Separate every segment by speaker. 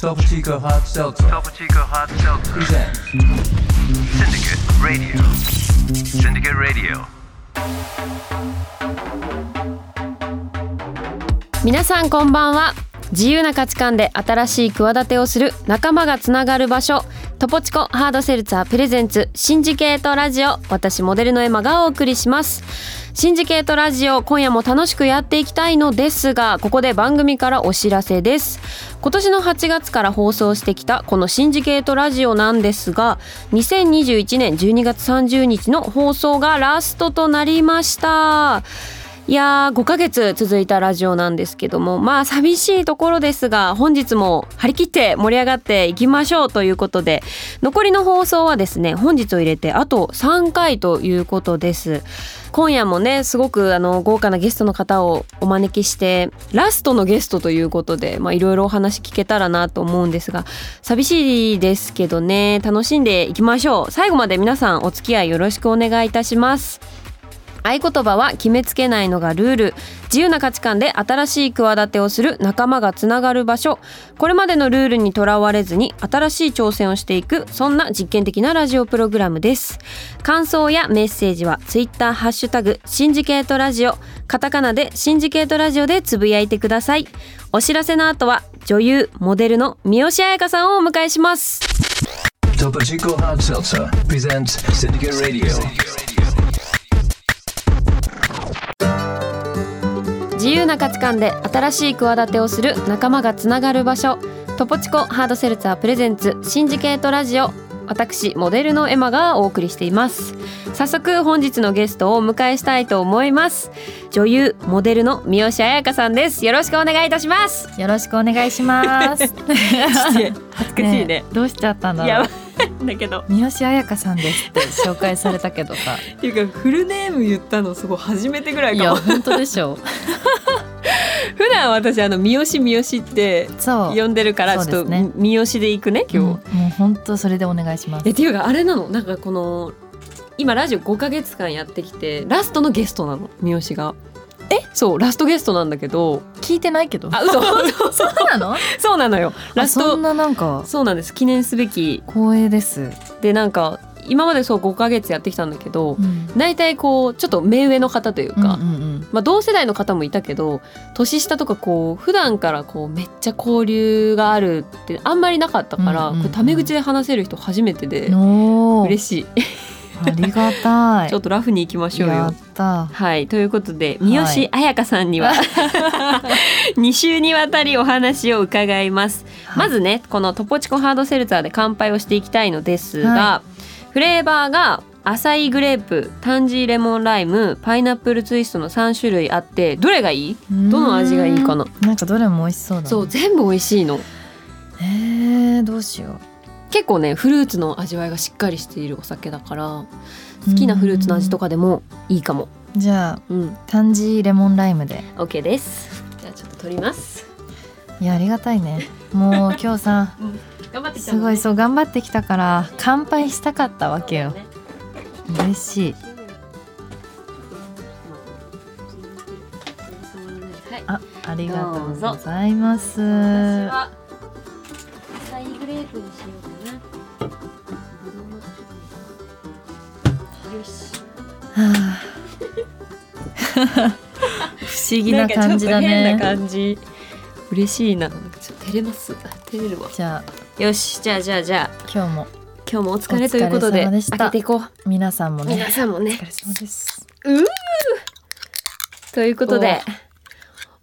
Speaker 1: Topo Chico Hot Seltzer
Speaker 2: Topo Chico Hot Seltzer
Speaker 1: presents
Speaker 2: Syndicate Radio. Syndicate Radio.
Speaker 3: 皆さんこんばんは自由な価値観で新しい企てをする仲間がつながる場所トポチコハードセルツァープレゼンツシンジケートラジオ私モデルのエマがお送りしますシンジケートラジオ今夜も楽しくやっていきたいのですがここで番組からお知らせです今年の8月から放送してきたこのシンジケートラジオなんですが2021年12月30日の放送がラストとなりましたいやー5ヶ月続いたラジオなんですけどもまあ寂しいところですが本日も張り切って盛り上がっていきましょうということで残りの放送はですね本日を入れてあと3回ということです今夜もねすごくあの豪華なゲストの方をお招きしてラストのゲストということでまあいろいろお話聞けたらなと思うんですが寂しいですけどね楽しんでいきましょう最後まで皆さんお付き合いよろしくお願いいたします合言葉は決めつけないのがルール自由な価値観で新しい企てをする仲間がつながる場所これまでのルールにとらわれずに新しい挑戦をしていくそんな実験的なラジオプログラムです感想やメッセージはツイッターハッシュタグシンジケートラジオカタカナでシンジケートラジオでつぶやいてくださいお知らせの後は女優モデルの三好彩香さんをお迎えします
Speaker 1: Topo Chico Hot Seltzer presents Syndicate Radio.
Speaker 3: 自由な価値観で新しい企てをする仲間がつながる場所トポチコハードセルツァープレゼンツシンジケートラジオ私モデルのエマがお送りしています早速本日のゲストをお迎えしたいと思います女優モデルの三好彩香さんですよろしくお願いいたし ます
Speaker 4: よろしくお願いし ます。
Speaker 3: 恥ずかしいね
Speaker 4: えどうしちゃったんだ
Speaker 3: いや
Speaker 4: ろう。
Speaker 3: だけど
Speaker 4: 三好彩香さんですって紹介されたけど さ。
Speaker 3: っていうかフルネーム言ったのすごい初めてぐら
Speaker 4: いや本当でしょ。
Speaker 3: 普段私あの三好三好って
Speaker 4: そう。
Speaker 3: 呼んでるからちょ
Speaker 4: そ
Speaker 3: っ
Speaker 4: う
Speaker 3: と
Speaker 4: ですね
Speaker 3: 三好で行くね
Speaker 4: うん
Speaker 3: 今日、
Speaker 4: もう本当それでお願いします。
Speaker 3: えっていうかあれなのなんかこの今ラジオ5ヶ月間やってきてラストのゲストなの三好がえそうラストゲストなんだけど
Speaker 4: 聞いてないけど。
Speaker 3: あ嘘そう
Speaker 4: そうなの？
Speaker 3: そうなのよラ
Speaker 4: あ
Speaker 3: ス
Speaker 4: そ
Speaker 3: ト
Speaker 4: んななんか
Speaker 3: そうなんです記念すべき
Speaker 4: 光栄です。
Speaker 3: でなんか今までそう5ヶ月やってきたんだけど
Speaker 4: うん
Speaker 3: 大体こうちょっと目上の方という
Speaker 4: う
Speaker 3: か、
Speaker 4: んうん
Speaker 3: まあ、同世代の方もいたけど年下とかこう普段からこうめっちゃ交流があるってあんまりなかったか
Speaker 4: うん
Speaker 3: ら、
Speaker 4: うんうん
Speaker 3: これタメ口で話せる人初めて
Speaker 4: う
Speaker 3: で
Speaker 4: ん。おー
Speaker 3: 嬉しい
Speaker 4: ありがたい。
Speaker 3: ちょっとラフに行きましょうよ
Speaker 4: やった。
Speaker 3: はい、ということで
Speaker 4: い
Speaker 3: 三好彩香さん には、2週にわたりお話を伺います、まずねこのトポチコハードセルツァーで乾杯をしていきたいのですが、
Speaker 4: は
Speaker 3: フレーバーがアサイグレープタンジーレモンライムパイナップルツイストの3種類あってどれがいい
Speaker 4: どの
Speaker 3: の味がいいかな。
Speaker 4: なんかどれも美味しそうだ、ね。
Speaker 3: そう。全部美味しいの
Speaker 4: えー、どうしよ
Speaker 3: 結構ねフルーツの味わいがしっかりしているお酒だから
Speaker 4: う。
Speaker 3: 好きなフルーツの味とかでもいいかも
Speaker 4: うん。じゃあ
Speaker 3: うん
Speaker 4: タンジーレモンライムで。
Speaker 3: OK ですじゃあちょっと取ります
Speaker 4: いやありがたいねもう今日さ
Speaker 3: 頑張ってきた
Speaker 4: す
Speaker 3: もん
Speaker 4: ご
Speaker 3: ね
Speaker 4: いそう頑張ってきたから乾杯したかったわけよ嬉しい
Speaker 3: はい。
Speaker 4: あありがとう
Speaker 3: どうぞ
Speaker 4: ございます
Speaker 3: 私
Speaker 4: あ
Speaker 3: はアサイグレープにしようかな。ブドウのチョコよし。
Speaker 4: あ不思議な感じだ
Speaker 3: なんか
Speaker 4: ね
Speaker 3: ちょっと変な感じ。嬉しいな。なんかちょっと照れます。照れるわ。
Speaker 4: じゃあ
Speaker 3: よし、じゃあじゃあじゃあ
Speaker 4: 今日も
Speaker 3: 今日もお疲れということ
Speaker 4: お疲れ
Speaker 3: で
Speaker 4: 様でした
Speaker 3: 開けていこう。
Speaker 4: 皆さんもね
Speaker 3: 皆さんも
Speaker 4: お
Speaker 3: ね
Speaker 4: 疲。れ様です
Speaker 3: ということで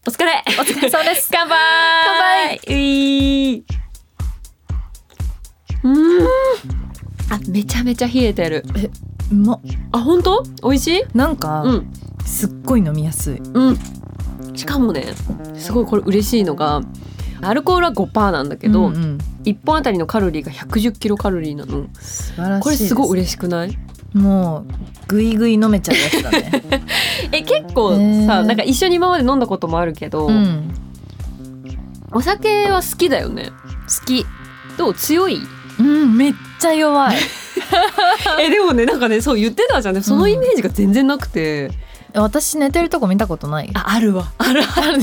Speaker 3: お疲れ。
Speaker 4: お疲れ様です
Speaker 3: 乾杯乾杯ういーうーんあめちゃめちゃ冷えてる
Speaker 4: うまっ
Speaker 3: あ本当美味しい
Speaker 4: なんか、
Speaker 3: うん
Speaker 4: すっごい飲みやすい
Speaker 3: うんしかもねすごいこれ嬉しいのがアルコールは5%なんだけど、
Speaker 4: うんうん
Speaker 3: 一1本あたりのカロリーが110キロカロリーなの
Speaker 4: 素晴らしい
Speaker 3: これすごい
Speaker 4: い
Speaker 3: 嬉しくない
Speaker 4: もうぐいぐい飲めちゃうやつだ ね、
Speaker 3: え結構さ、
Speaker 4: ねー
Speaker 3: なんか一緒に今まで飲んだこともあるけど、
Speaker 4: うん、
Speaker 3: お酒は好きだよね
Speaker 4: 好き
Speaker 3: どう強い
Speaker 4: うん、めっちゃ弱い。
Speaker 3: えでもねなんかねそう言ってたじゃんねそのイメージが全然なくて、
Speaker 4: 私寝てるとこ見たことない。
Speaker 3: ああるわあるあったあっ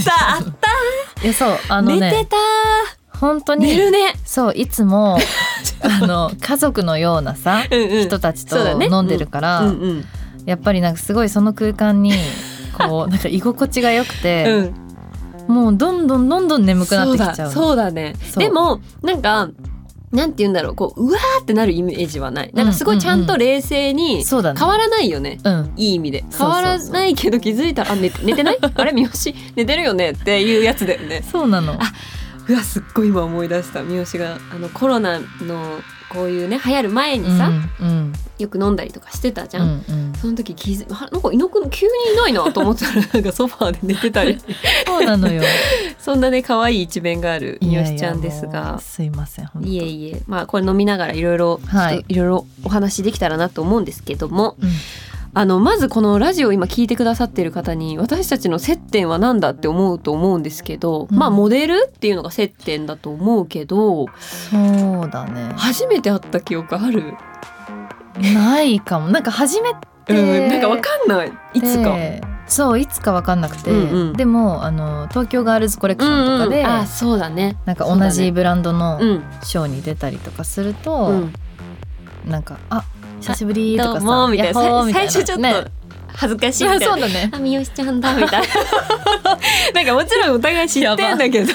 Speaker 4: いや、そう、あの
Speaker 3: 寝て
Speaker 4: ね、
Speaker 3: た
Speaker 4: 本当に
Speaker 3: 寝るね
Speaker 4: そういつ もあの家族のようなさ
Speaker 3: うんうん
Speaker 4: 人たちと
Speaker 3: そうだね
Speaker 4: 飲んでるから、
Speaker 3: うんうん
Speaker 4: やっぱりなんかすごいその空間に こうなんか居心地が良く
Speaker 3: う
Speaker 4: て、
Speaker 3: ん
Speaker 4: もうどんどんどんどん眠くなってきちゃうの
Speaker 3: そうだそうだね
Speaker 4: そう
Speaker 3: でもなんかなんて言うんだろうこううわーってなるイメージはないなんかすごいちゃんと冷静に
Speaker 4: そうだね
Speaker 3: 変わらないよね、
Speaker 4: うん
Speaker 3: いい意味で
Speaker 4: そう
Speaker 3: 変わらないけど気づいたらあ寝寝て ないあれ三好寝てるよねっていうやつだよね
Speaker 4: そうなの
Speaker 3: あうわすっごい今思い出した三好があのコロナのこういうね流行る前にさ、
Speaker 4: うんうん
Speaker 3: よく飲んだりとかしてたじ
Speaker 4: う
Speaker 3: ゃん、
Speaker 4: んうん、
Speaker 3: その時気づあなんか伊野くん急にいないなと思ったらなんかソファーで寝 てたり
Speaker 4: そうなの よ
Speaker 3: そんなね可愛い一面がある
Speaker 4: い
Speaker 3: 三
Speaker 4: やいや
Speaker 3: 好ちゃんです
Speaker 4: もう
Speaker 3: が
Speaker 4: すいません本当
Speaker 3: いえいえまあこれ飲みながらいろいろちょ
Speaker 4: はい
Speaker 3: っといろいろお話できたらなと思うんですけども、
Speaker 4: うん
Speaker 3: あのまずこのラジオを今聞いてくださっている方に私たちの接点は何だって思うと思うんですけど、
Speaker 4: うん
Speaker 3: まあモデルっていうのが接点だと思うけど
Speaker 4: そうだね
Speaker 3: 初めて会った記憶ある、
Speaker 4: ないかもなんか初めて
Speaker 3: うんなんかわかんないいつか。
Speaker 4: でそういつかわかんなくて、
Speaker 3: うんうん
Speaker 4: でもあの東京ガールズコレクションとかで、
Speaker 3: あそうだね
Speaker 4: なんか同じブランドの
Speaker 3: うん、
Speaker 4: ショーに出たりとかする
Speaker 3: う
Speaker 4: と、
Speaker 3: ん、
Speaker 4: なんか「あ久しぶり」と
Speaker 3: ど
Speaker 4: か
Speaker 3: う
Speaker 4: さ
Speaker 3: もみたいな
Speaker 4: やっほー
Speaker 3: さ
Speaker 4: みたい
Speaker 3: 最
Speaker 4: な
Speaker 3: 初ちょっ
Speaker 4: ね
Speaker 3: と恥ずかしいみ
Speaker 4: あ
Speaker 3: たい
Speaker 4: そう
Speaker 3: な。
Speaker 4: だね
Speaker 3: あ三好ちゃんだみたい ななんかもちろんお互い知ってんだけど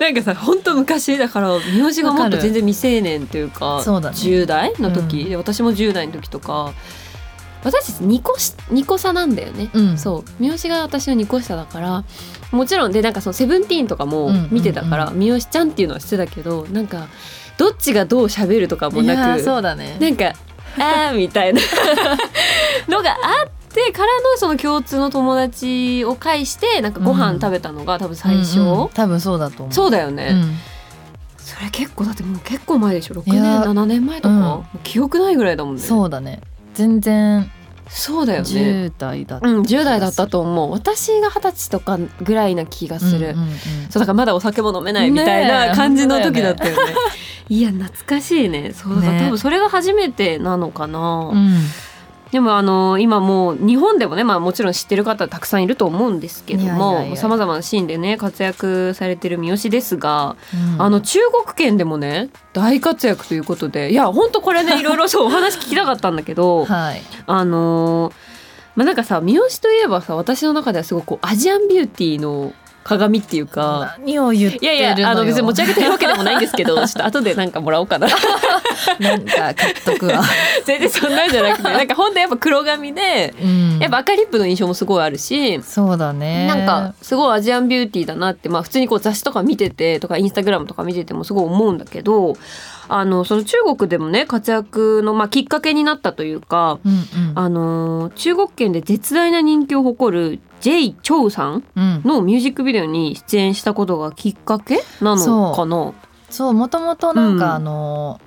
Speaker 3: なんかさ本当昔だから三好がもっと全然未成年というか
Speaker 4: そうだね
Speaker 3: 10代の時、で私も10代の時とか私たち2個し二個差なんだよね、
Speaker 4: うん
Speaker 3: そう三好が私の2個下だからもちろんでなんかその「セブンティーンとかも
Speaker 4: うんうんうん
Speaker 3: 見てたから、三好ちゃんっていうのはしてたけどなんかどっちがどう喋るとかも
Speaker 4: い
Speaker 3: な
Speaker 4: や
Speaker 3: く
Speaker 4: ーそうだね
Speaker 3: なんか「あー」みたいな のがあってからのその共通の友達を介してなんかご飯食べたのが多分最初、
Speaker 4: うんうん多分そうだと思う
Speaker 3: そうだよね、
Speaker 4: うん
Speaker 3: それ結構だってもう結構前でしょ6
Speaker 4: い
Speaker 3: 年
Speaker 4: や
Speaker 3: 7年前とか、
Speaker 4: うん
Speaker 3: もう記憶ないぐらいだもんねそう
Speaker 4: そうだね全然
Speaker 3: だよね
Speaker 4: 10代だった
Speaker 3: うん10代だったと思う私が二十歳とかぐらいな気がする、
Speaker 4: うんうんうん
Speaker 3: そうだからまだお酒も飲めないみたい
Speaker 4: ね
Speaker 3: な
Speaker 4: え
Speaker 3: 感じの時だったよねいや懐かしいねそうだから、
Speaker 4: ね
Speaker 3: 多分それが初めてなのかな、
Speaker 4: うん
Speaker 3: でもあの今もう日本でもね、まあ、もちろん知ってる方たくさんいると思うんですけど
Speaker 4: いやいやい
Speaker 3: も
Speaker 4: や
Speaker 3: さまざまなシーンでね活躍されてる三好ですが、
Speaker 4: うん
Speaker 3: あの中国圏でもね大活躍ということでいや本当これねいろいろそうお話聞きたかったんだけ ど
Speaker 4: はい
Speaker 3: あのーまあなんかさ三好といえばさ私の中ではすごくこうアジアンビューティーの鏡っていうか。
Speaker 4: 何を言ってる
Speaker 3: い
Speaker 4: の
Speaker 3: や
Speaker 4: よ
Speaker 3: いやあの別に持ち上げてるわけでもないんです けどちょっと後でなんかもらおうかな
Speaker 4: なんか買っとくわ
Speaker 3: 全然そんなんじゃなくてなんか本当やっぱ黒髪で
Speaker 4: うん
Speaker 3: やっぱ赤リップの印象もすごいあるし、
Speaker 4: そうだね
Speaker 3: なんかすごいアジアンビューティーだなって、まあ、普通にこう雑誌とか見ててとかインスタグラムとか見ててもすごい思うんだけどあのその中国でもね活躍の、まあ、きっかけになったというか、
Speaker 4: うんうん
Speaker 3: あのー中国圏で絶大な人気を誇る J. チョウさん
Speaker 4: うん
Speaker 3: のミュージックビデオに出演したことがきっかけなのかな
Speaker 4: そうもともとなん
Speaker 3: うん
Speaker 4: かあの、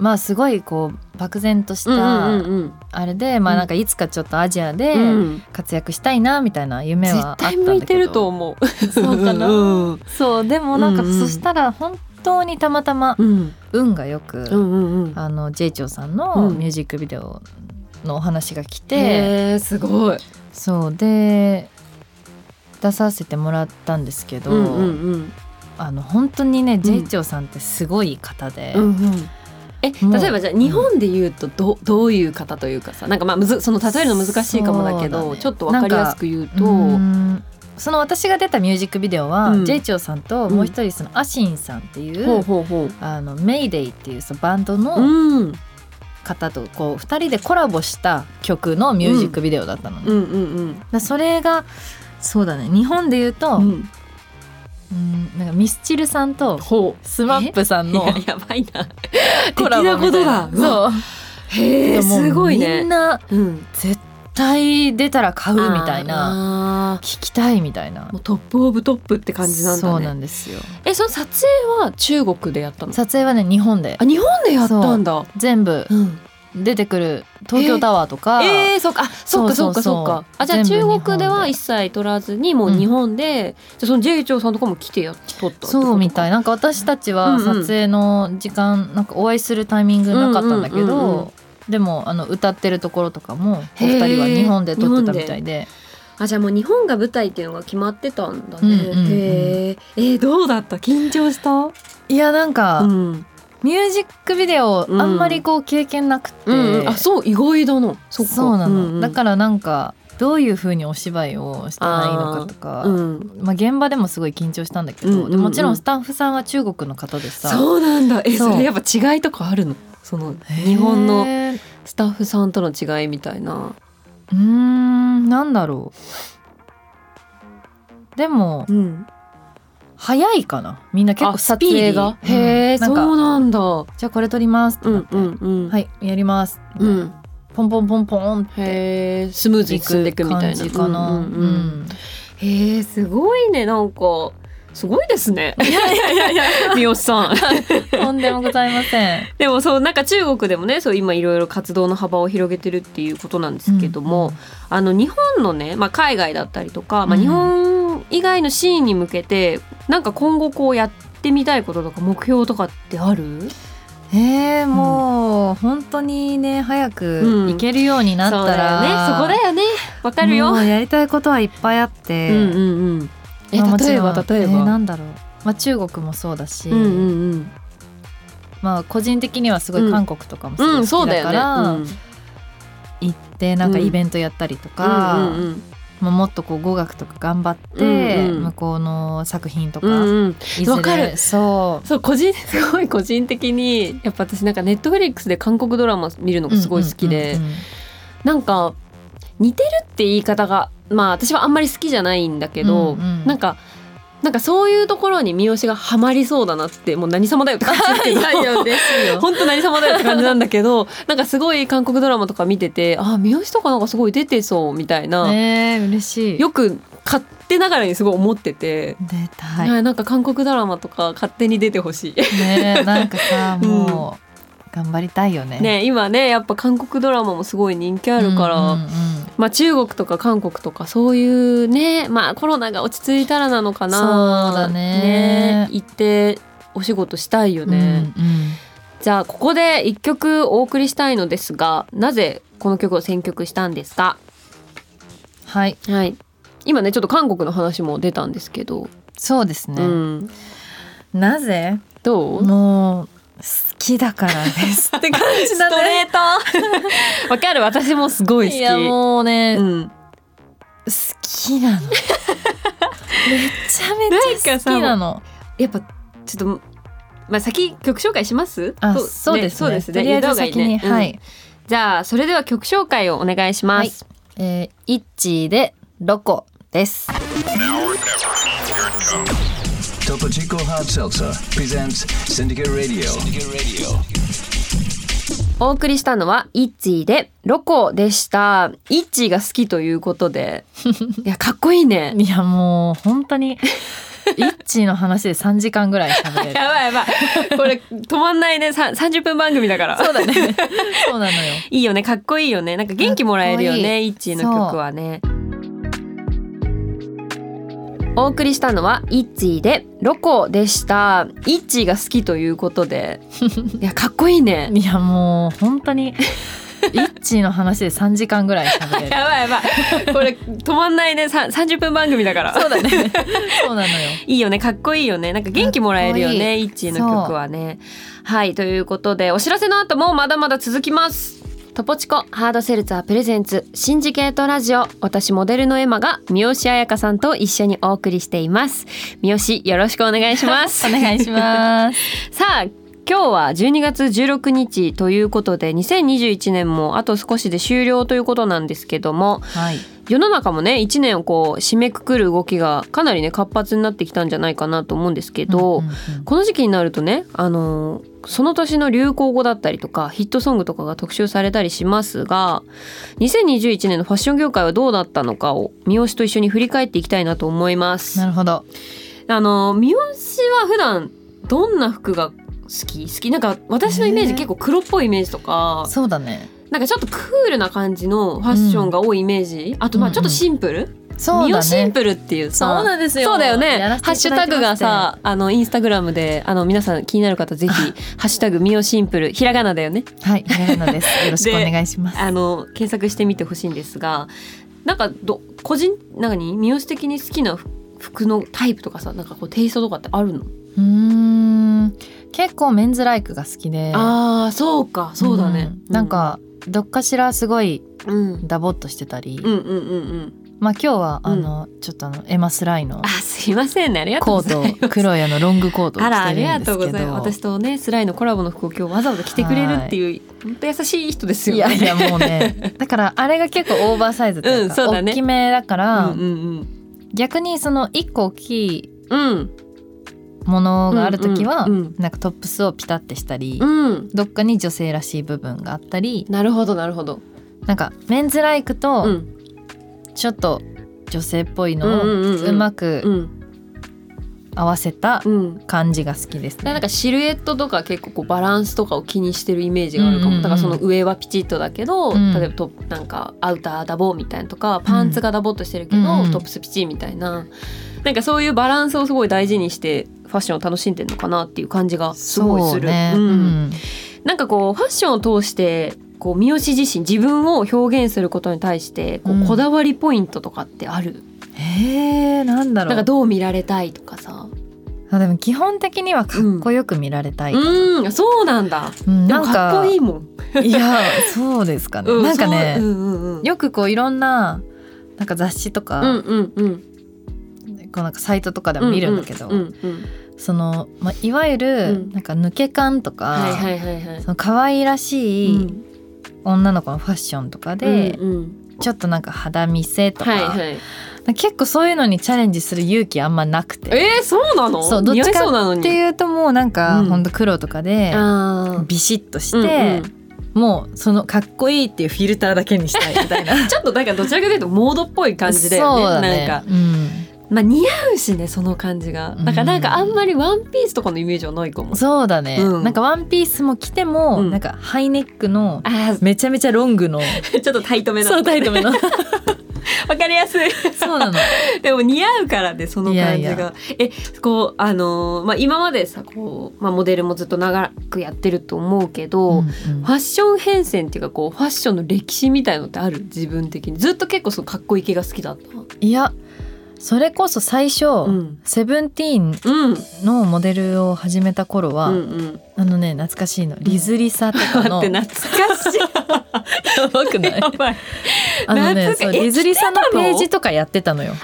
Speaker 4: まあすごいこう漠然とし
Speaker 3: うんうん
Speaker 4: た
Speaker 3: うん
Speaker 4: あれで、まあなんかいつかちょっとアジアで
Speaker 3: うんうん
Speaker 4: 活躍したいなみたいな夢はあ
Speaker 3: 絶
Speaker 4: ったんだけ
Speaker 3: 対
Speaker 4: ど
Speaker 3: 向いてると思 う。
Speaker 4: そうかな
Speaker 3: うん
Speaker 4: そうでもなんか、
Speaker 3: うんうん
Speaker 4: そしたら本当にたまたま
Speaker 3: うん
Speaker 4: 運がよく、
Speaker 3: うんうんうん。
Speaker 4: あの J チョさんの
Speaker 3: うん
Speaker 4: ミュージックビデオのお話が来て、
Speaker 3: へーすごい。
Speaker 4: そうで出させてもらったんですけど、
Speaker 3: うんうんうん。
Speaker 4: あの本当にね J チョさんってすごい方で、
Speaker 3: うんうん、え
Speaker 4: もう
Speaker 3: 例えばじゃあ日本で言うとどどういう方というかさなんかまあむずその例えるの難しいかもだ
Speaker 4: そ
Speaker 3: け
Speaker 4: う
Speaker 3: ど
Speaker 4: だね
Speaker 3: ちょっとわかりやすく言うと。
Speaker 4: うんその私が出たミュージックビデオは、
Speaker 3: うん
Speaker 4: J チョさんともう一人そのアシンさんっていう、
Speaker 3: ほうほうほう。
Speaker 4: あのメイデイっていうそのバンドの、
Speaker 3: うんうん
Speaker 4: 方とこう2人でコラボした曲のミュージックビデオだったの、ね
Speaker 3: うんうん
Speaker 4: でそれがそうだね日本で言うと、
Speaker 3: う
Speaker 4: うん
Speaker 3: ん。
Speaker 4: なんかミスチルさんと
Speaker 3: ほ
Speaker 4: スマップさ
Speaker 3: うんい
Speaker 4: の
Speaker 3: ややばいな。
Speaker 4: コラボみたいな
Speaker 3: 的なことだう
Speaker 4: そう
Speaker 3: へえ
Speaker 4: でも
Speaker 3: すごい
Speaker 4: みん
Speaker 3: ね。
Speaker 4: な
Speaker 3: うん。
Speaker 4: 絶対出たら買うみたいな
Speaker 3: な。
Speaker 4: 聞きたいみたいな
Speaker 3: もうトップオブトップって感じなん
Speaker 4: そう
Speaker 3: だ
Speaker 4: な
Speaker 3: ね。
Speaker 4: んですよ
Speaker 3: えその撮影は中国でやったの？
Speaker 4: 撮影はね日本で
Speaker 3: あ日本でやったんだ。
Speaker 4: 全部
Speaker 3: うん。
Speaker 4: 出てくる東京タワーとか、
Speaker 3: えー、そっかあそっか
Speaker 4: そ
Speaker 3: そ
Speaker 4: そ
Speaker 3: うっ
Speaker 4: うそ
Speaker 3: か
Speaker 4: う
Speaker 3: そっかあじゃあ
Speaker 4: 全
Speaker 3: 中
Speaker 4: 部日本で
Speaker 3: 国では一切取らずにもう
Speaker 4: うん
Speaker 3: 日本で、じゃあその J 長さんとかも来てやっとったってこと
Speaker 4: そうみたいなんか私たち
Speaker 3: うん
Speaker 4: は
Speaker 3: うん
Speaker 4: 撮影の時間、なんかお会いするタイミングなかったんだけど、
Speaker 3: うんうんうんうん
Speaker 4: でもあの歌ってるところとかもお
Speaker 3: へー
Speaker 4: 二人は日本で撮ってたみたいで
Speaker 3: あじゃあもう日本が舞台っていうのが決まってたんだね。
Speaker 4: うんうんうん
Speaker 3: へええーどうだった緊張した？
Speaker 4: いやなんか、
Speaker 3: うん、
Speaker 4: ミュージックビデオ
Speaker 3: うん
Speaker 4: あんまりこう経験なくて、
Speaker 3: うんうんあそう意外だな。そっか
Speaker 4: そうなの、だ
Speaker 3: ら
Speaker 4: からなんかどういう風にお芝居をしたらいいのかとか、
Speaker 3: うん、
Speaker 4: まあ、現場でもすごい緊張したんだけど、
Speaker 3: うんうんうん
Speaker 4: でもちろんスタッフさんは中国の方でさ
Speaker 3: そうなんだ。え
Speaker 4: そ
Speaker 3: そうれやっぱ違いとかあるの？その
Speaker 4: へー
Speaker 3: 日本
Speaker 4: う
Speaker 3: の
Speaker 4: ー
Speaker 3: スタッフさんとの違いみたいな。
Speaker 4: んなんだろうでも
Speaker 3: うん。
Speaker 4: 早いかなみんな結
Speaker 3: あ
Speaker 4: 構スピーディー
Speaker 3: 撮
Speaker 4: うん
Speaker 3: 影がへえ、
Speaker 4: なんか
Speaker 3: そうなんだ。
Speaker 4: じゃあこれ撮りますって
Speaker 3: う
Speaker 4: なっ
Speaker 3: ん
Speaker 4: て、
Speaker 3: うんうん。。
Speaker 4: はいいやります、
Speaker 3: うん。
Speaker 4: ポンポンポンポンって
Speaker 3: へえ、スムーズに組んでいくみたいな
Speaker 4: 感じかな、
Speaker 3: うんうんうんへえすごいねなんかすごいですね。いやいやいやい や三好さん。
Speaker 4: うんとんでもございませ ん
Speaker 3: でもそうなんか中国でもねそう今いろいろ活動の幅を広げてるっていうことなんですけども、あの日本のね、まあ、海外だったりとか、まあ、
Speaker 4: うん
Speaker 3: 日本以外のシーンに向けて、なんか今後こうやってみたいこととか目標とかってある
Speaker 4: えー、もう本当にね早
Speaker 3: う
Speaker 4: く
Speaker 3: ん
Speaker 4: 行けるようにな
Speaker 3: そう
Speaker 4: ったら、
Speaker 3: だよねそこだよねわかるよ。
Speaker 4: も
Speaker 3: う
Speaker 4: うやりたいことはいっぱいあって、
Speaker 3: んうんうん、え
Speaker 4: まあもち
Speaker 3: 例え
Speaker 4: ろん
Speaker 3: ば例え
Speaker 4: ーな
Speaker 3: ば。
Speaker 4: んだろう、まあ、中国もそうだし、
Speaker 3: うんうんうん
Speaker 4: まあ、個人的にはすご
Speaker 3: う
Speaker 4: い
Speaker 3: ん
Speaker 4: 韓国とかもす
Speaker 3: う
Speaker 4: ごい
Speaker 3: んそ
Speaker 4: 好
Speaker 3: う
Speaker 4: き
Speaker 3: だ
Speaker 4: だ
Speaker 3: よ
Speaker 4: か
Speaker 3: ね。
Speaker 4: ら、
Speaker 3: うん
Speaker 4: 行ってなんかイベントやったりとか、
Speaker 3: うんうんうん
Speaker 4: まあ、もっとこう語学とか頑張って、
Speaker 3: うんうん
Speaker 4: 向こうの作品とか、
Speaker 3: うんうん
Speaker 4: いずれ
Speaker 3: わかる
Speaker 4: そう
Speaker 3: そう個人すごい個人的にやっぱ私なんかネットフリックスで韓国ドラマ見るのがすごい好きで、
Speaker 4: うんうんうん
Speaker 3: なんか似てるって言い方がまあ私はあんまり好きじゃないんだけ
Speaker 4: うんう
Speaker 3: ど、
Speaker 4: ん
Speaker 3: なんかなんかそういうところに三好がハマりそうだなってもう何様だよって感じだけど
Speaker 4: いやいや 嬉しい よ
Speaker 3: 本当何様だよって感じなんだけどなんかすごい韓国ドラマとか見ててあ三好とかなんかすごい出てそうみたいな、
Speaker 4: ねえ嬉しい
Speaker 3: よく勝手ながらにすごい思ってて、
Speaker 4: 出たい
Speaker 3: はいなんか韓国ドラマとか勝手に出てほしい。
Speaker 4: ねえなんかさ
Speaker 3: うん
Speaker 4: もう頑張りたいよね
Speaker 3: ね今ねやっぱ韓国ドラマもすごい人気あるから、
Speaker 4: うんうんうん
Speaker 3: まあ、中国とか韓国とかそういうね、まあ、コロナが落ち着いたらなのかな
Speaker 4: そうだね
Speaker 3: ね行ってお仕事したいよね、
Speaker 4: うんうん
Speaker 3: じゃあここで一曲お送りしたいのですがなぜこの曲を選曲したんですか
Speaker 4: はい
Speaker 3: はい今ねちょっと韓国の話も出たんですけど、
Speaker 4: そうです
Speaker 3: う
Speaker 4: ね
Speaker 3: ん、
Speaker 4: なぜ
Speaker 3: どう
Speaker 4: もう好きだから ですって感じだね
Speaker 3: ストレートわかる私もすごい好き
Speaker 4: いやもうね
Speaker 3: う
Speaker 4: 好
Speaker 3: ん、
Speaker 4: きな のめちゃめちゃ好きなの
Speaker 3: やっぱちょっとまあ先曲紹介します
Speaker 4: あ
Speaker 3: と
Speaker 4: そうです
Speaker 3: そう
Speaker 4: ね
Speaker 3: ですね
Speaker 4: とりあえず先に
Speaker 3: 移動がねうん
Speaker 4: はい
Speaker 3: じゃあそれでは曲紹介をお願いします、
Speaker 4: えーイッチーでロコです。
Speaker 1: Topo Chico Hard Seltzer presents Syndicate Radio. Syndicate Radio.
Speaker 3: お送りしたのはイッチーでロコでしたイッチーが好きというこ とでいやかっこいいね
Speaker 4: いやもう本当 にイッチーの話で3時間ぐらい喋れる。
Speaker 3: やばいやばい これ止まんないねさ30分番組だから
Speaker 4: そうだね。そうなのよ。
Speaker 3: いいよねかっこいいよねなんか元気もらえるよ
Speaker 4: かっこ
Speaker 3: ねイッチーの曲はねお送りしたのはイッチーでロコでしたイッチーが好きというこ とでいやかっこいいね
Speaker 4: いやもう本当にイッチーの話で3時間ぐらい喋れる。
Speaker 3: やばいやばいこれ止まんないねさ30分番組だから
Speaker 4: そうだね。そうなのよ。
Speaker 3: いいよねかっこいいよねなんか元気もらえるよ
Speaker 4: かっこ
Speaker 3: ねイッチーの曲はねはいということでお知らせの後もまだまだ続きますトポチコハードセルツァープレゼンツシンジケートラジオ私モデルのエマが三好彩香さんと一緒にお送りしています三好よろしく お願いします
Speaker 4: お願いします。
Speaker 3: さあ今日は12月16日ということで2021年もあと少しで終了ということなんですけども
Speaker 4: はい。
Speaker 3: 世の中もね1年をこう締めくくる動きがかなりね活発になってきたんじゃないかなと思うんですけど、
Speaker 4: うんうんうん
Speaker 3: この時期になるとね、あのーその年の流行語だったりとかヒットソングとかが特集されたりしますが2021年のファッション業界はどうだったのかを三好と一緒に振り返っていきたいなと思います。
Speaker 4: なるほど。
Speaker 3: あのー三好は普段どんな服が好き好きなんか私のイメージ
Speaker 4: ね
Speaker 3: 結構黒っぽいイメージとか、
Speaker 4: そうだね。
Speaker 3: なんかちょっとクールな感じのファッションが多いイメージ、あとまあちょっとシンプル、
Speaker 4: そう
Speaker 3: ミ
Speaker 4: だ
Speaker 3: オシン
Speaker 4: ね。
Speaker 3: プルっていうさ
Speaker 4: そうなんですよ
Speaker 3: そうだよね
Speaker 4: やらせ
Speaker 3: ハッ
Speaker 4: て
Speaker 3: シ
Speaker 4: い
Speaker 3: ュ
Speaker 4: ただ
Speaker 3: タ
Speaker 4: いてま
Speaker 3: グ
Speaker 4: して
Speaker 3: がさあのインスタグラムであの皆さん気になる方ぜひ「ハッシュタグミオシンプル」ひらがなだよね
Speaker 4: はい、ひらがなです。よろしくお願いします。
Speaker 3: あの検索してみてほしいんですがなんかど個人なんかに三好的に好きな服服のタイプとかさなんかこうテイストとかってあるの、
Speaker 4: うーん結構メンズライクが好きで
Speaker 3: ああそうかそうだね、
Speaker 4: んなん、かどっかしらすごい
Speaker 3: うん、うん
Speaker 4: ダボっとしてたり、
Speaker 3: うんうんうん
Speaker 4: まあ今日は
Speaker 3: うん
Speaker 4: あの、ちょっとあのエマスライの
Speaker 3: あすいませんねありがと
Speaker 4: コ
Speaker 3: うございます
Speaker 4: ート黒屋のロングコートを
Speaker 3: あらあ
Speaker 4: 着
Speaker 3: り
Speaker 4: てる
Speaker 3: が
Speaker 4: んで
Speaker 3: と
Speaker 4: す
Speaker 3: うご
Speaker 4: け
Speaker 3: ざい
Speaker 4: ど
Speaker 3: ます私とねスライのコラボの服を今日わざわざ着てくれるっていう本当優しい人ですよ
Speaker 4: い
Speaker 3: ね
Speaker 4: やいやもうねだからあれが結構オーバーサイズというか、
Speaker 3: うんそうだね
Speaker 4: 大きめだから、
Speaker 3: うんうん
Speaker 4: 逆にその一個大きい
Speaker 3: うん
Speaker 4: ものがある時は、
Speaker 3: うんうんうん
Speaker 4: なんかトップスをピタってしたり、
Speaker 3: うんうん
Speaker 4: どっかに女性らしい部分があったり
Speaker 3: なるほどなるほど
Speaker 4: なんかメンズライク
Speaker 3: う
Speaker 4: と
Speaker 3: ん
Speaker 4: ちょっと女性っぽい
Speaker 3: うんうん
Speaker 4: の
Speaker 3: うん
Speaker 4: を
Speaker 3: うん
Speaker 4: うま
Speaker 3: う
Speaker 4: く
Speaker 3: ん
Speaker 4: 合わせた
Speaker 3: うん
Speaker 4: 感じが好きです
Speaker 3: だから
Speaker 4: ね。
Speaker 3: なんかシルエットとか結構こうバランスとかを気にしてるイメージがあるかも、
Speaker 4: うんうんうん
Speaker 3: だからその上はピチッとだけど、
Speaker 4: うん
Speaker 3: 例えばトップなんかアウターダボみたいなとかパンツがダボっとしてるけど、
Speaker 4: うんうん
Speaker 3: トップスピチみたいななんかそういうバランスをすごい大事にしてファッションを楽しんでるのかなっていう感じがすごいする。
Speaker 4: そうね、
Speaker 3: うん
Speaker 4: うん
Speaker 3: なんかこうファッションを通してこう三好自身自分を表現することに対してこ
Speaker 4: う
Speaker 3: うんこだわりポイントとかってある、
Speaker 4: えー、なんだろ
Speaker 3: なんか
Speaker 4: う
Speaker 3: どう見られたいとかさ
Speaker 4: あでも基本的にはかっこよく見られたい、
Speaker 3: うんそうなんだ
Speaker 4: うん
Speaker 3: で
Speaker 4: な
Speaker 3: も
Speaker 4: ん
Speaker 3: かっこいいもん、
Speaker 4: いやそうですかね、
Speaker 3: う
Speaker 4: なんかね、
Speaker 3: そううんうんうん
Speaker 4: よくこういろんななんか雑誌とか、
Speaker 3: うんうんうん
Speaker 4: こうなんかサイトとかでも見るんだけど、
Speaker 3: うんうんうん
Speaker 4: その、まあ、いわゆ
Speaker 3: う
Speaker 4: る
Speaker 3: ん
Speaker 4: なんか抜け感とか、
Speaker 3: はいはいはいはい
Speaker 4: その可愛らしい女の子のファッションとかで、
Speaker 3: うんうん
Speaker 4: ちょっとなんか肌見せとか,、
Speaker 3: はいはい
Speaker 4: 結構そういうのにチャレンジする勇気あんまなくて。
Speaker 3: えー、そうなの
Speaker 4: そうどっちか
Speaker 3: 似合いそうなのに
Speaker 4: っていうともうなんか、
Speaker 3: うん
Speaker 4: ほんと黒とかで
Speaker 3: あ
Speaker 4: ビシッとし
Speaker 3: ー
Speaker 4: て
Speaker 3: うんう、ん
Speaker 4: もうそのかっこいいっていうフィルターだけにしたいみたいな
Speaker 3: ちょっとなんかどちらかというとモードっぽい 感じだよね
Speaker 4: そうだね
Speaker 3: なんか、
Speaker 4: うん
Speaker 3: まあ、似合うしねその感じがだからなんかあんまりワンピースとかのイメージはないかも、
Speaker 4: そうだね、
Speaker 3: うん
Speaker 4: なんかワンピースも着ても、
Speaker 3: うん
Speaker 4: なんかハイネックの
Speaker 3: ああ
Speaker 4: めちゃめちゃロングの
Speaker 3: ちょっとタイトめな
Speaker 4: そうタイトめの
Speaker 3: わかりやすい
Speaker 4: そうなの
Speaker 3: でも似合うからでその感じが
Speaker 4: いやいや
Speaker 3: えこうあのーまあ今までさこう、まあ、モデルもずっと長くやってると思うけど、ファッション変遷っていうかこうファッションの歴史みたいのってある自分的にずっと結構そのかっこいい系が好きだった
Speaker 4: いやそれこそ最初、
Speaker 3: うん
Speaker 4: セブンティーン
Speaker 3: うん
Speaker 4: のモデルを始めた頃は、
Speaker 3: うんうん
Speaker 4: あのね懐かしいのリズリサとか
Speaker 3: 待っ
Speaker 4: の、
Speaker 3: て懐か しい
Speaker 4: やばくない
Speaker 3: やばい
Speaker 4: あの
Speaker 3: 懐
Speaker 4: ね
Speaker 3: かしい
Speaker 4: そう
Speaker 3: え
Speaker 4: リズリサの
Speaker 3: 着てたの
Speaker 4: ページとかやってたのよ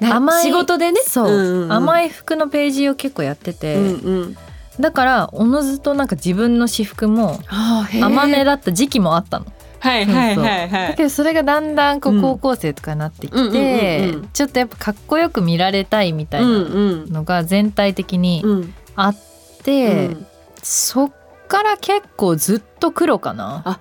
Speaker 3: 甘
Speaker 4: 甘
Speaker 3: い
Speaker 4: い
Speaker 3: 仕事でね
Speaker 4: そう、
Speaker 3: んんん
Speaker 4: 甘い服のページを結構やってて、
Speaker 3: うんうん
Speaker 4: だからおのずとなんか自分の私服も
Speaker 3: あーへー
Speaker 4: 甘めだった時期もあったの、
Speaker 3: はいはいはいは
Speaker 4: だ
Speaker 3: い
Speaker 4: けどそれがだんだんこ
Speaker 3: う
Speaker 4: うん高校生とかになってき
Speaker 3: うんうん
Speaker 4: て、
Speaker 3: うんうん
Speaker 4: ちょっとやっぱかっこよく見られたいみたい
Speaker 3: うん
Speaker 4: な
Speaker 3: うん
Speaker 4: のが全体的に
Speaker 3: うん
Speaker 4: あって、
Speaker 3: うん
Speaker 4: そっから結構ずっと黒かな。
Speaker 3: あ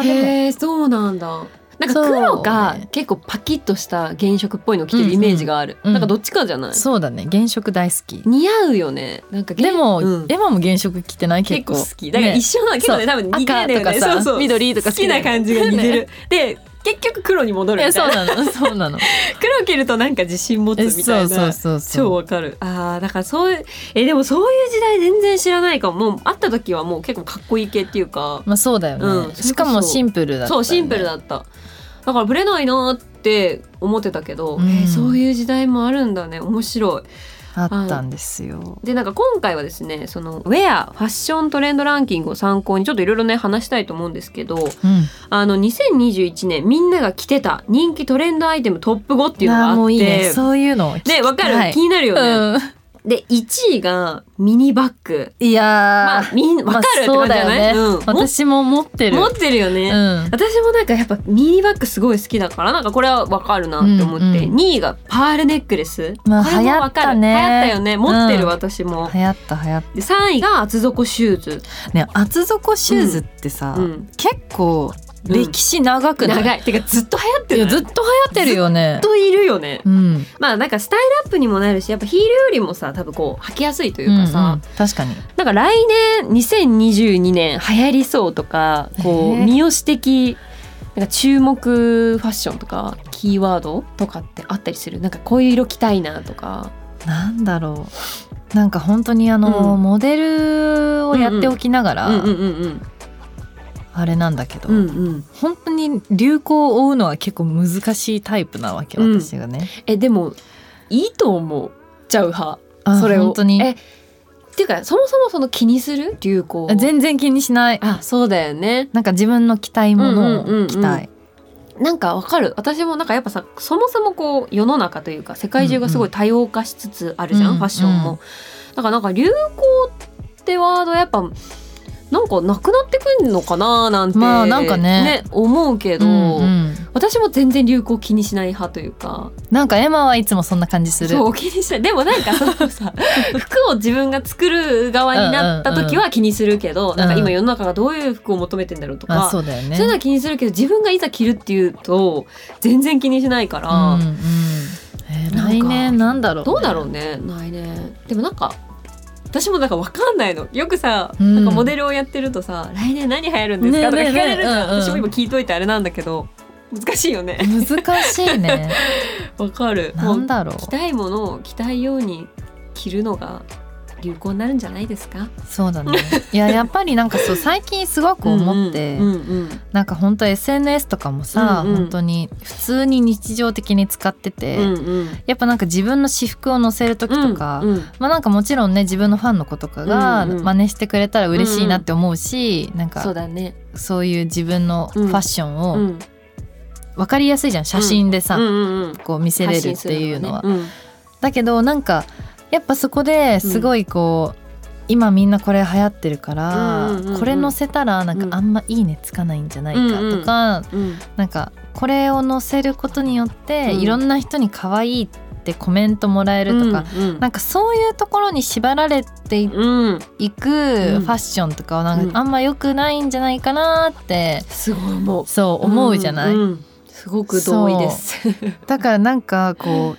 Speaker 4: あーでも
Speaker 3: へえそうなんだなんか黒が
Speaker 4: そうね
Speaker 3: 結構パキッとした原色っぽいの着てるイメージがある、
Speaker 4: うんうん
Speaker 3: なんかどっちかじゃない、
Speaker 4: そうだね原色大好き。
Speaker 3: 似合うよねなんか
Speaker 4: でも、
Speaker 3: うん
Speaker 4: エマも原色着てない結
Speaker 3: 結
Speaker 4: 構
Speaker 3: 構好きだから
Speaker 4: ね
Speaker 3: 一緒なんだけどね
Speaker 4: そう
Speaker 3: 多分似てるんだよね
Speaker 4: 赤とかさ
Speaker 3: そうそう
Speaker 4: 緑とか
Speaker 3: 好
Speaker 4: 好
Speaker 3: き
Speaker 4: き
Speaker 3: な
Speaker 4: な
Speaker 3: 感じが似 てる、で結局黒に戻る
Speaker 4: え
Speaker 3: みた
Speaker 4: そ
Speaker 3: いうな
Speaker 4: なのそう なの。
Speaker 3: 黒着るとなんか自信持つ
Speaker 4: え
Speaker 3: みた
Speaker 4: そ
Speaker 3: いう
Speaker 4: そう
Speaker 3: な
Speaker 4: そう
Speaker 3: 超
Speaker 4: そう。
Speaker 3: わかるあーだからそういうえでもそういう時代全然知らないかももう会った時はもう結構かっこいい系っていうか
Speaker 4: まあそうだよね。
Speaker 3: うん
Speaker 4: しかもシンプルだった、ね。
Speaker 3: そうシンプルだっただからブレないなって思ってたけど、
Speaker 4: うん
Speaker 3: えーそういう時代もあるんだね面白い
Speaker 4: あったんですよ。
Speaker 3: でなんか今回はですねそのウェアファッショントレンドランキングを参考にちょっといろいろね話したいと思うんですけど
Speaker 4: うん。
Speaker 3: あの2021年みんなが着てた人気トレンドアイテムトップ5っていうのがあ
Speaker 4: あ
Speaker 3: っ
Speaker 4: ー
Speaker 3: て
Speaker 4: もういいねそういうの。
Speaker 3: ねわかる、
Speaker 4: はい
Speaker 3: 気になるよね、
Speaker 4: うん。
Speaker 3: で1位がミニバッグ
Speaker 4: いやー、
Speaker 3: まあみんわかるって
Speaker 4: そ
Speaker 3: 感
Speaker 4: う
Speaker 3: じ
Speaker 4: だ
Speaker 3: じゃ
Speaker 4: よ
Speaker 3: ない、
Speaker 4: ね、
Speaker 3: うん
Speaker 4: 私も持ってる
Speaker 3: 持ってるよね、
Speaker 4: うん
Speaker 3: 私もなんかやっぱミニバッグすごい好きだからなんかこれはわかるなって思って、
Speaker 4: うんうん
Speaker 3: 2位がパールネックレス、
Speaker 4: まあ
Speaker 3: これもわ
Speaker 4: 流行っ
Speaker 3: かる
Speaker 4: たね
Speaker 3: 流行ったよね持ってる、
Speaker 4: うん
Speaker 3: 私も
Speaker 4: 流行った流行っ
Speaker 3: で3位が厚底シューズ、
Speaker 4: たね厚底シューズってさ、
Speaker 3: うん、
Speaker 4: 結構
Speaker 3: うん
Speaker 4: 歴史長くない,、
Speaker 3: 長いてかずっと流行って
Speaker 4: い
Speaker 3: る
Speaker 4: やずっと流行ってるよね
Speaker 3: といるよね
Speaker 4: うん
Speaker 3: まあなんかスタイルアップにもなるしやっぱヒールよりもさ多分こう履きやすいというかさ、
Speaker 4: うんうん確かに
Speaker 3: なんか来年2022年流行りそうとかこう
Speaker 4: えー
Speaker 3: 三好的なんか注目ファッションとかキーワードとかってあったりするなんかこういう色着たいなとか
Speaker 4: なんだろうなんか本当にあの、
Speaker 3: うん
Speaker 4: モデルをやっておきながら、
Speaker 3: うんうんうんうん
Speaker 4: あれなんだけど、
Speaker 3: うんうん
Speaker 4: 本当に流行を追うのは結構難しいタイプなわけ
Speaker 3: うん
Speaker 4: 私がね、
Speaker 3: えでもいいと思っちゃう派
Speaker 4: あ
Speaker 3: それを
Speaker 4: 本当に
Speaker 3: えっていうかそもそもその気にする流行を
Speaker 4: あ全然気にしない
Speaker 3: あそうだよね
Speaker 4: なんか自分の着たいものを着たい、
Speaker 3: なんかわかる私もなんかやっぱさそもそもこう世の中というか世界中がすごい多様化しつつあるじゃん、
Speaker 4: うんうん
Speaker 3: ファッションも、
Speaker 4: うん
Speaker 3: だからなんか流行ってワードやっぱなんかなくなってくんのかななんて、
Speaker 4: まあなんかね
Speaker 3: 思うけど、
Speaker 4: うんうん
Speaker 3: 私も全然流行気にしない派というか
Speaker 4: なんかエマはいつもそんな感じする
Speaker 3: そう気にしないでもなんかその さ服を自分が作る側になった時は気にするけど、
Speaker 4: ん
Speaker 3: なんか今世の中がどういう服を求めてんだろうとか、
Speaker 4: あそうだよね
Speaker 3: そういうのは気にするけど自分がいざ着るっていうと全然気にしないから、
Speaker 4: うんうんえー
Speaker 3: なんか
Speaker 4: 来年なんだろうね、
Speaker 3: どうだろうね来年でもなんか私もなんかわかんないのよくさ、
Speaker 4: うん
Speaker 3: なんかモデルをやってるとさ「来年何流行るんですか?」とか
Speaker 4: ねえ
Speaker 3: 聞かれるじゃん、
Speaker 4: ねえねえうんうん
Speaker 3: 私も今聞いといてあれなんだけど難しいよね
Speaker 4: 難しいね
Speaker 3: わかる も
Speaker 4: な
Speaker 3: うん
Speaker 4: だろ
Speaker 3: 着
Speaker 4: う
Speaker 3: たいものを着たいように着るのが流行になるんじゃないですか
Speaker 4: そうだねいややっぱりなんかそう最近すごく思って、
Speaker 3: うんうん
Speaker 4: なんか本当 SNS とかもさ、
Speaker 3: うんうん
Speaker 4: 本当に普通に日常的に使ってて、
Speaker 3: うんうん
Speaker 4: やっぱなんか自分の私服を載せる時とか、
Speaker 3: うんうん
Speaker 4: まあなんかもちろんね自分のファンの子とかが
Speaker 3: うんうん
Speaker 4: 真似してくれたら嬉しいなって思うし、なん
Speaker 3: そ
Speaker 4: か
Speaker 3: うだね、
Speaker 4: そういう自分のファッション
Speaker 3: う
Speaker 4: を
Speaker 3: ん、
Speaker 4: 分かりやすいじゃん写真でさ、
Speaker 3: うんうんうん
Speaker 4: こう見せれるっていうのは。
Speaker 3: 発信
Speaker 4: だけどなんかやっぱそこですごいこう、今みんなこれ流行ってるから、
Speaker 3: うんうんうんうん
Speaker 4: これ載せたらなん
Speaker 3: うん
Speaker 4: かあんまいいねつかないんじゃないかとか、
Speaker 3: するのね
Speaker 4: なんかこれを載せることによって、
Speaker 3: うん
Speaker 4: いろんな人に可愛いってコメントもらえる
Speaker 3: うん
Speaker 4: とか、、
Speaker 3: うんうん
Speaker 4: なんかそういうところに縛られてい
Speaker 3: うん、
Speaker 4: いくフ
Speaker 3: う
Speaker 4: ァ
Speaker 3: ん
Speaker 4: ッションとかはなん
Speaker 3: うん
Speaker 4: かあんま良くないんじゃないかなって
Speaker 3: すごい思う
Speaker 4: そう思うじゃない、
Speaker 3: んんすごく同意です。
Speaker 4: だからなんかこう、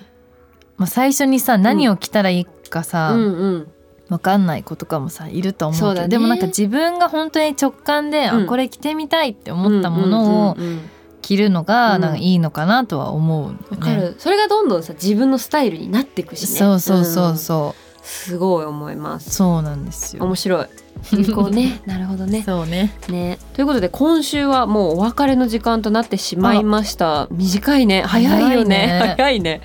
Speaker 4: まあ、最初にさ何を着たらいいかさ、
Speaker 3: うんうん
Speaker 4: わかんない子とかもさいると思うけ
Speaker 3: そ
Speaker 4: ど
Speaker 3: うだね
Speaker 4: でもなんか自分が本当に直感で、
Speaker 3: うん
Speaker 4: あこれ着てみたいって思ったものを
Speaker 3: うんうんうん
Speaker 4: 着るのが
Speaker 3: うん
Speaker 4: なんかいいのかなとは思う、ね
Speaker 3: わかる、それがどんどんさ自分のスタイルになっていくしね。
Speaker 4: そうそうそ
Speaker 3: ん
Speaker 4: うそう、
Speaker 3: すごい思います。
Speaker 4: そうなんですよ
Speaker 3: 面白い。流行ね、なるほどね。
Speaker 4: そうね
Speaker 3: ね、ということで今週はもうお別れの時間となってしまいました。短いね、早い
Speaker 4: 早
Speaker 3: よね、
Speaker 4: いね
Speaker 3: 早いね。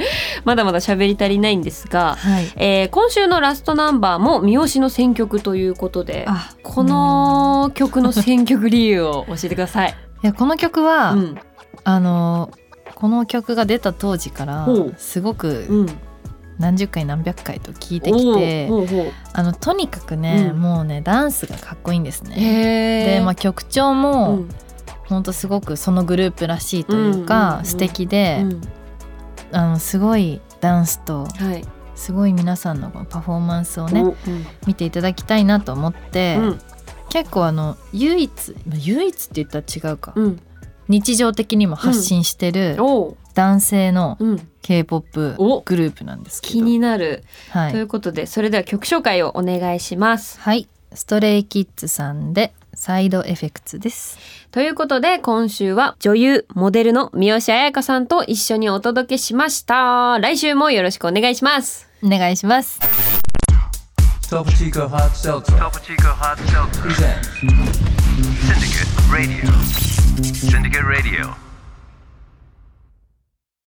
Speaker 3: まだまだ喋り足りないんですが、
Speaker 4: はい
Speaker 3: えー今週のラストナンバーも三好の選曲ということで、
Speaker 4: あ
Speaker 3: この曲の選曲理由を教えてください。
Speaker 4: いやこの曲は、
Speaker 3: うん、
Speaker 4: あのこの曲が出た当時から
Speaker 3: ほう
Speaker 4: すごく
Speaker 3: うん。
Speaker 4: 何十回何百回と聴いてきて
Speaker 3: おうほうほう
Speaker 4: あのとにかくね、
Speaker 3: うん
Speaker 4: もうねダンスがかっこいいんですね。
Speaker 3: へ
Speaker 4: で、まあ、
Speaker 3: あ、
Speaker 4: 曲調
Speaker 3: う
Speaker 4: も、
Speaker 3: ん
Speaker 4: ほんとすごくそのグループらしいという
Speaker 3: うんうん
Speaker 4: か、
Speaker 3: うん
Speaker 4: 素敵で、
Speaker 3: うん
Speaker 4: あのすごいダンスと
Speaker 3: はい、
Speaker 4: すごい皆さんのパフォーマンスをね、
Speaker 3: おうん
Speaker 4: 見ていただきたいなと思って、
Speaker 3: うん
Speaker 4: 結構あの唯一まあ唯一って言ったら違うか、
Speaker 3: うん、
Speaker 4: 日常的にも発信してる
Speaker 3: おう、
Speaker 4: 男性の
Speaker 3: うん、
Speaker 4: k p o p
Speaker 3: お
Speaker 4: グループなんですけ
Speaker 3: 気
Speaker 4: ど、
Speaker 3: になる、
Speaker 4: は
Speaker 3: とい
Speaker 4: い、
Speaker 3: うことでそれでは曲紹介をお願いします。
Speaker 4: はい、ストレイキッズさんでサイドエフェクツです。
Speaker 3: ということで今週は女優モデルの三好彩香さんと一緒にお届けしました。来週もよろしくお願いします。
Speaker 4: お願いします。
Speaker 1: Topo Chico Hard Seltzer
Speaker 2: Topo Chico Hard Seltzer.
Speaker 1: presents
Speaker 2: Syndicate Radio. Syndicate Radio.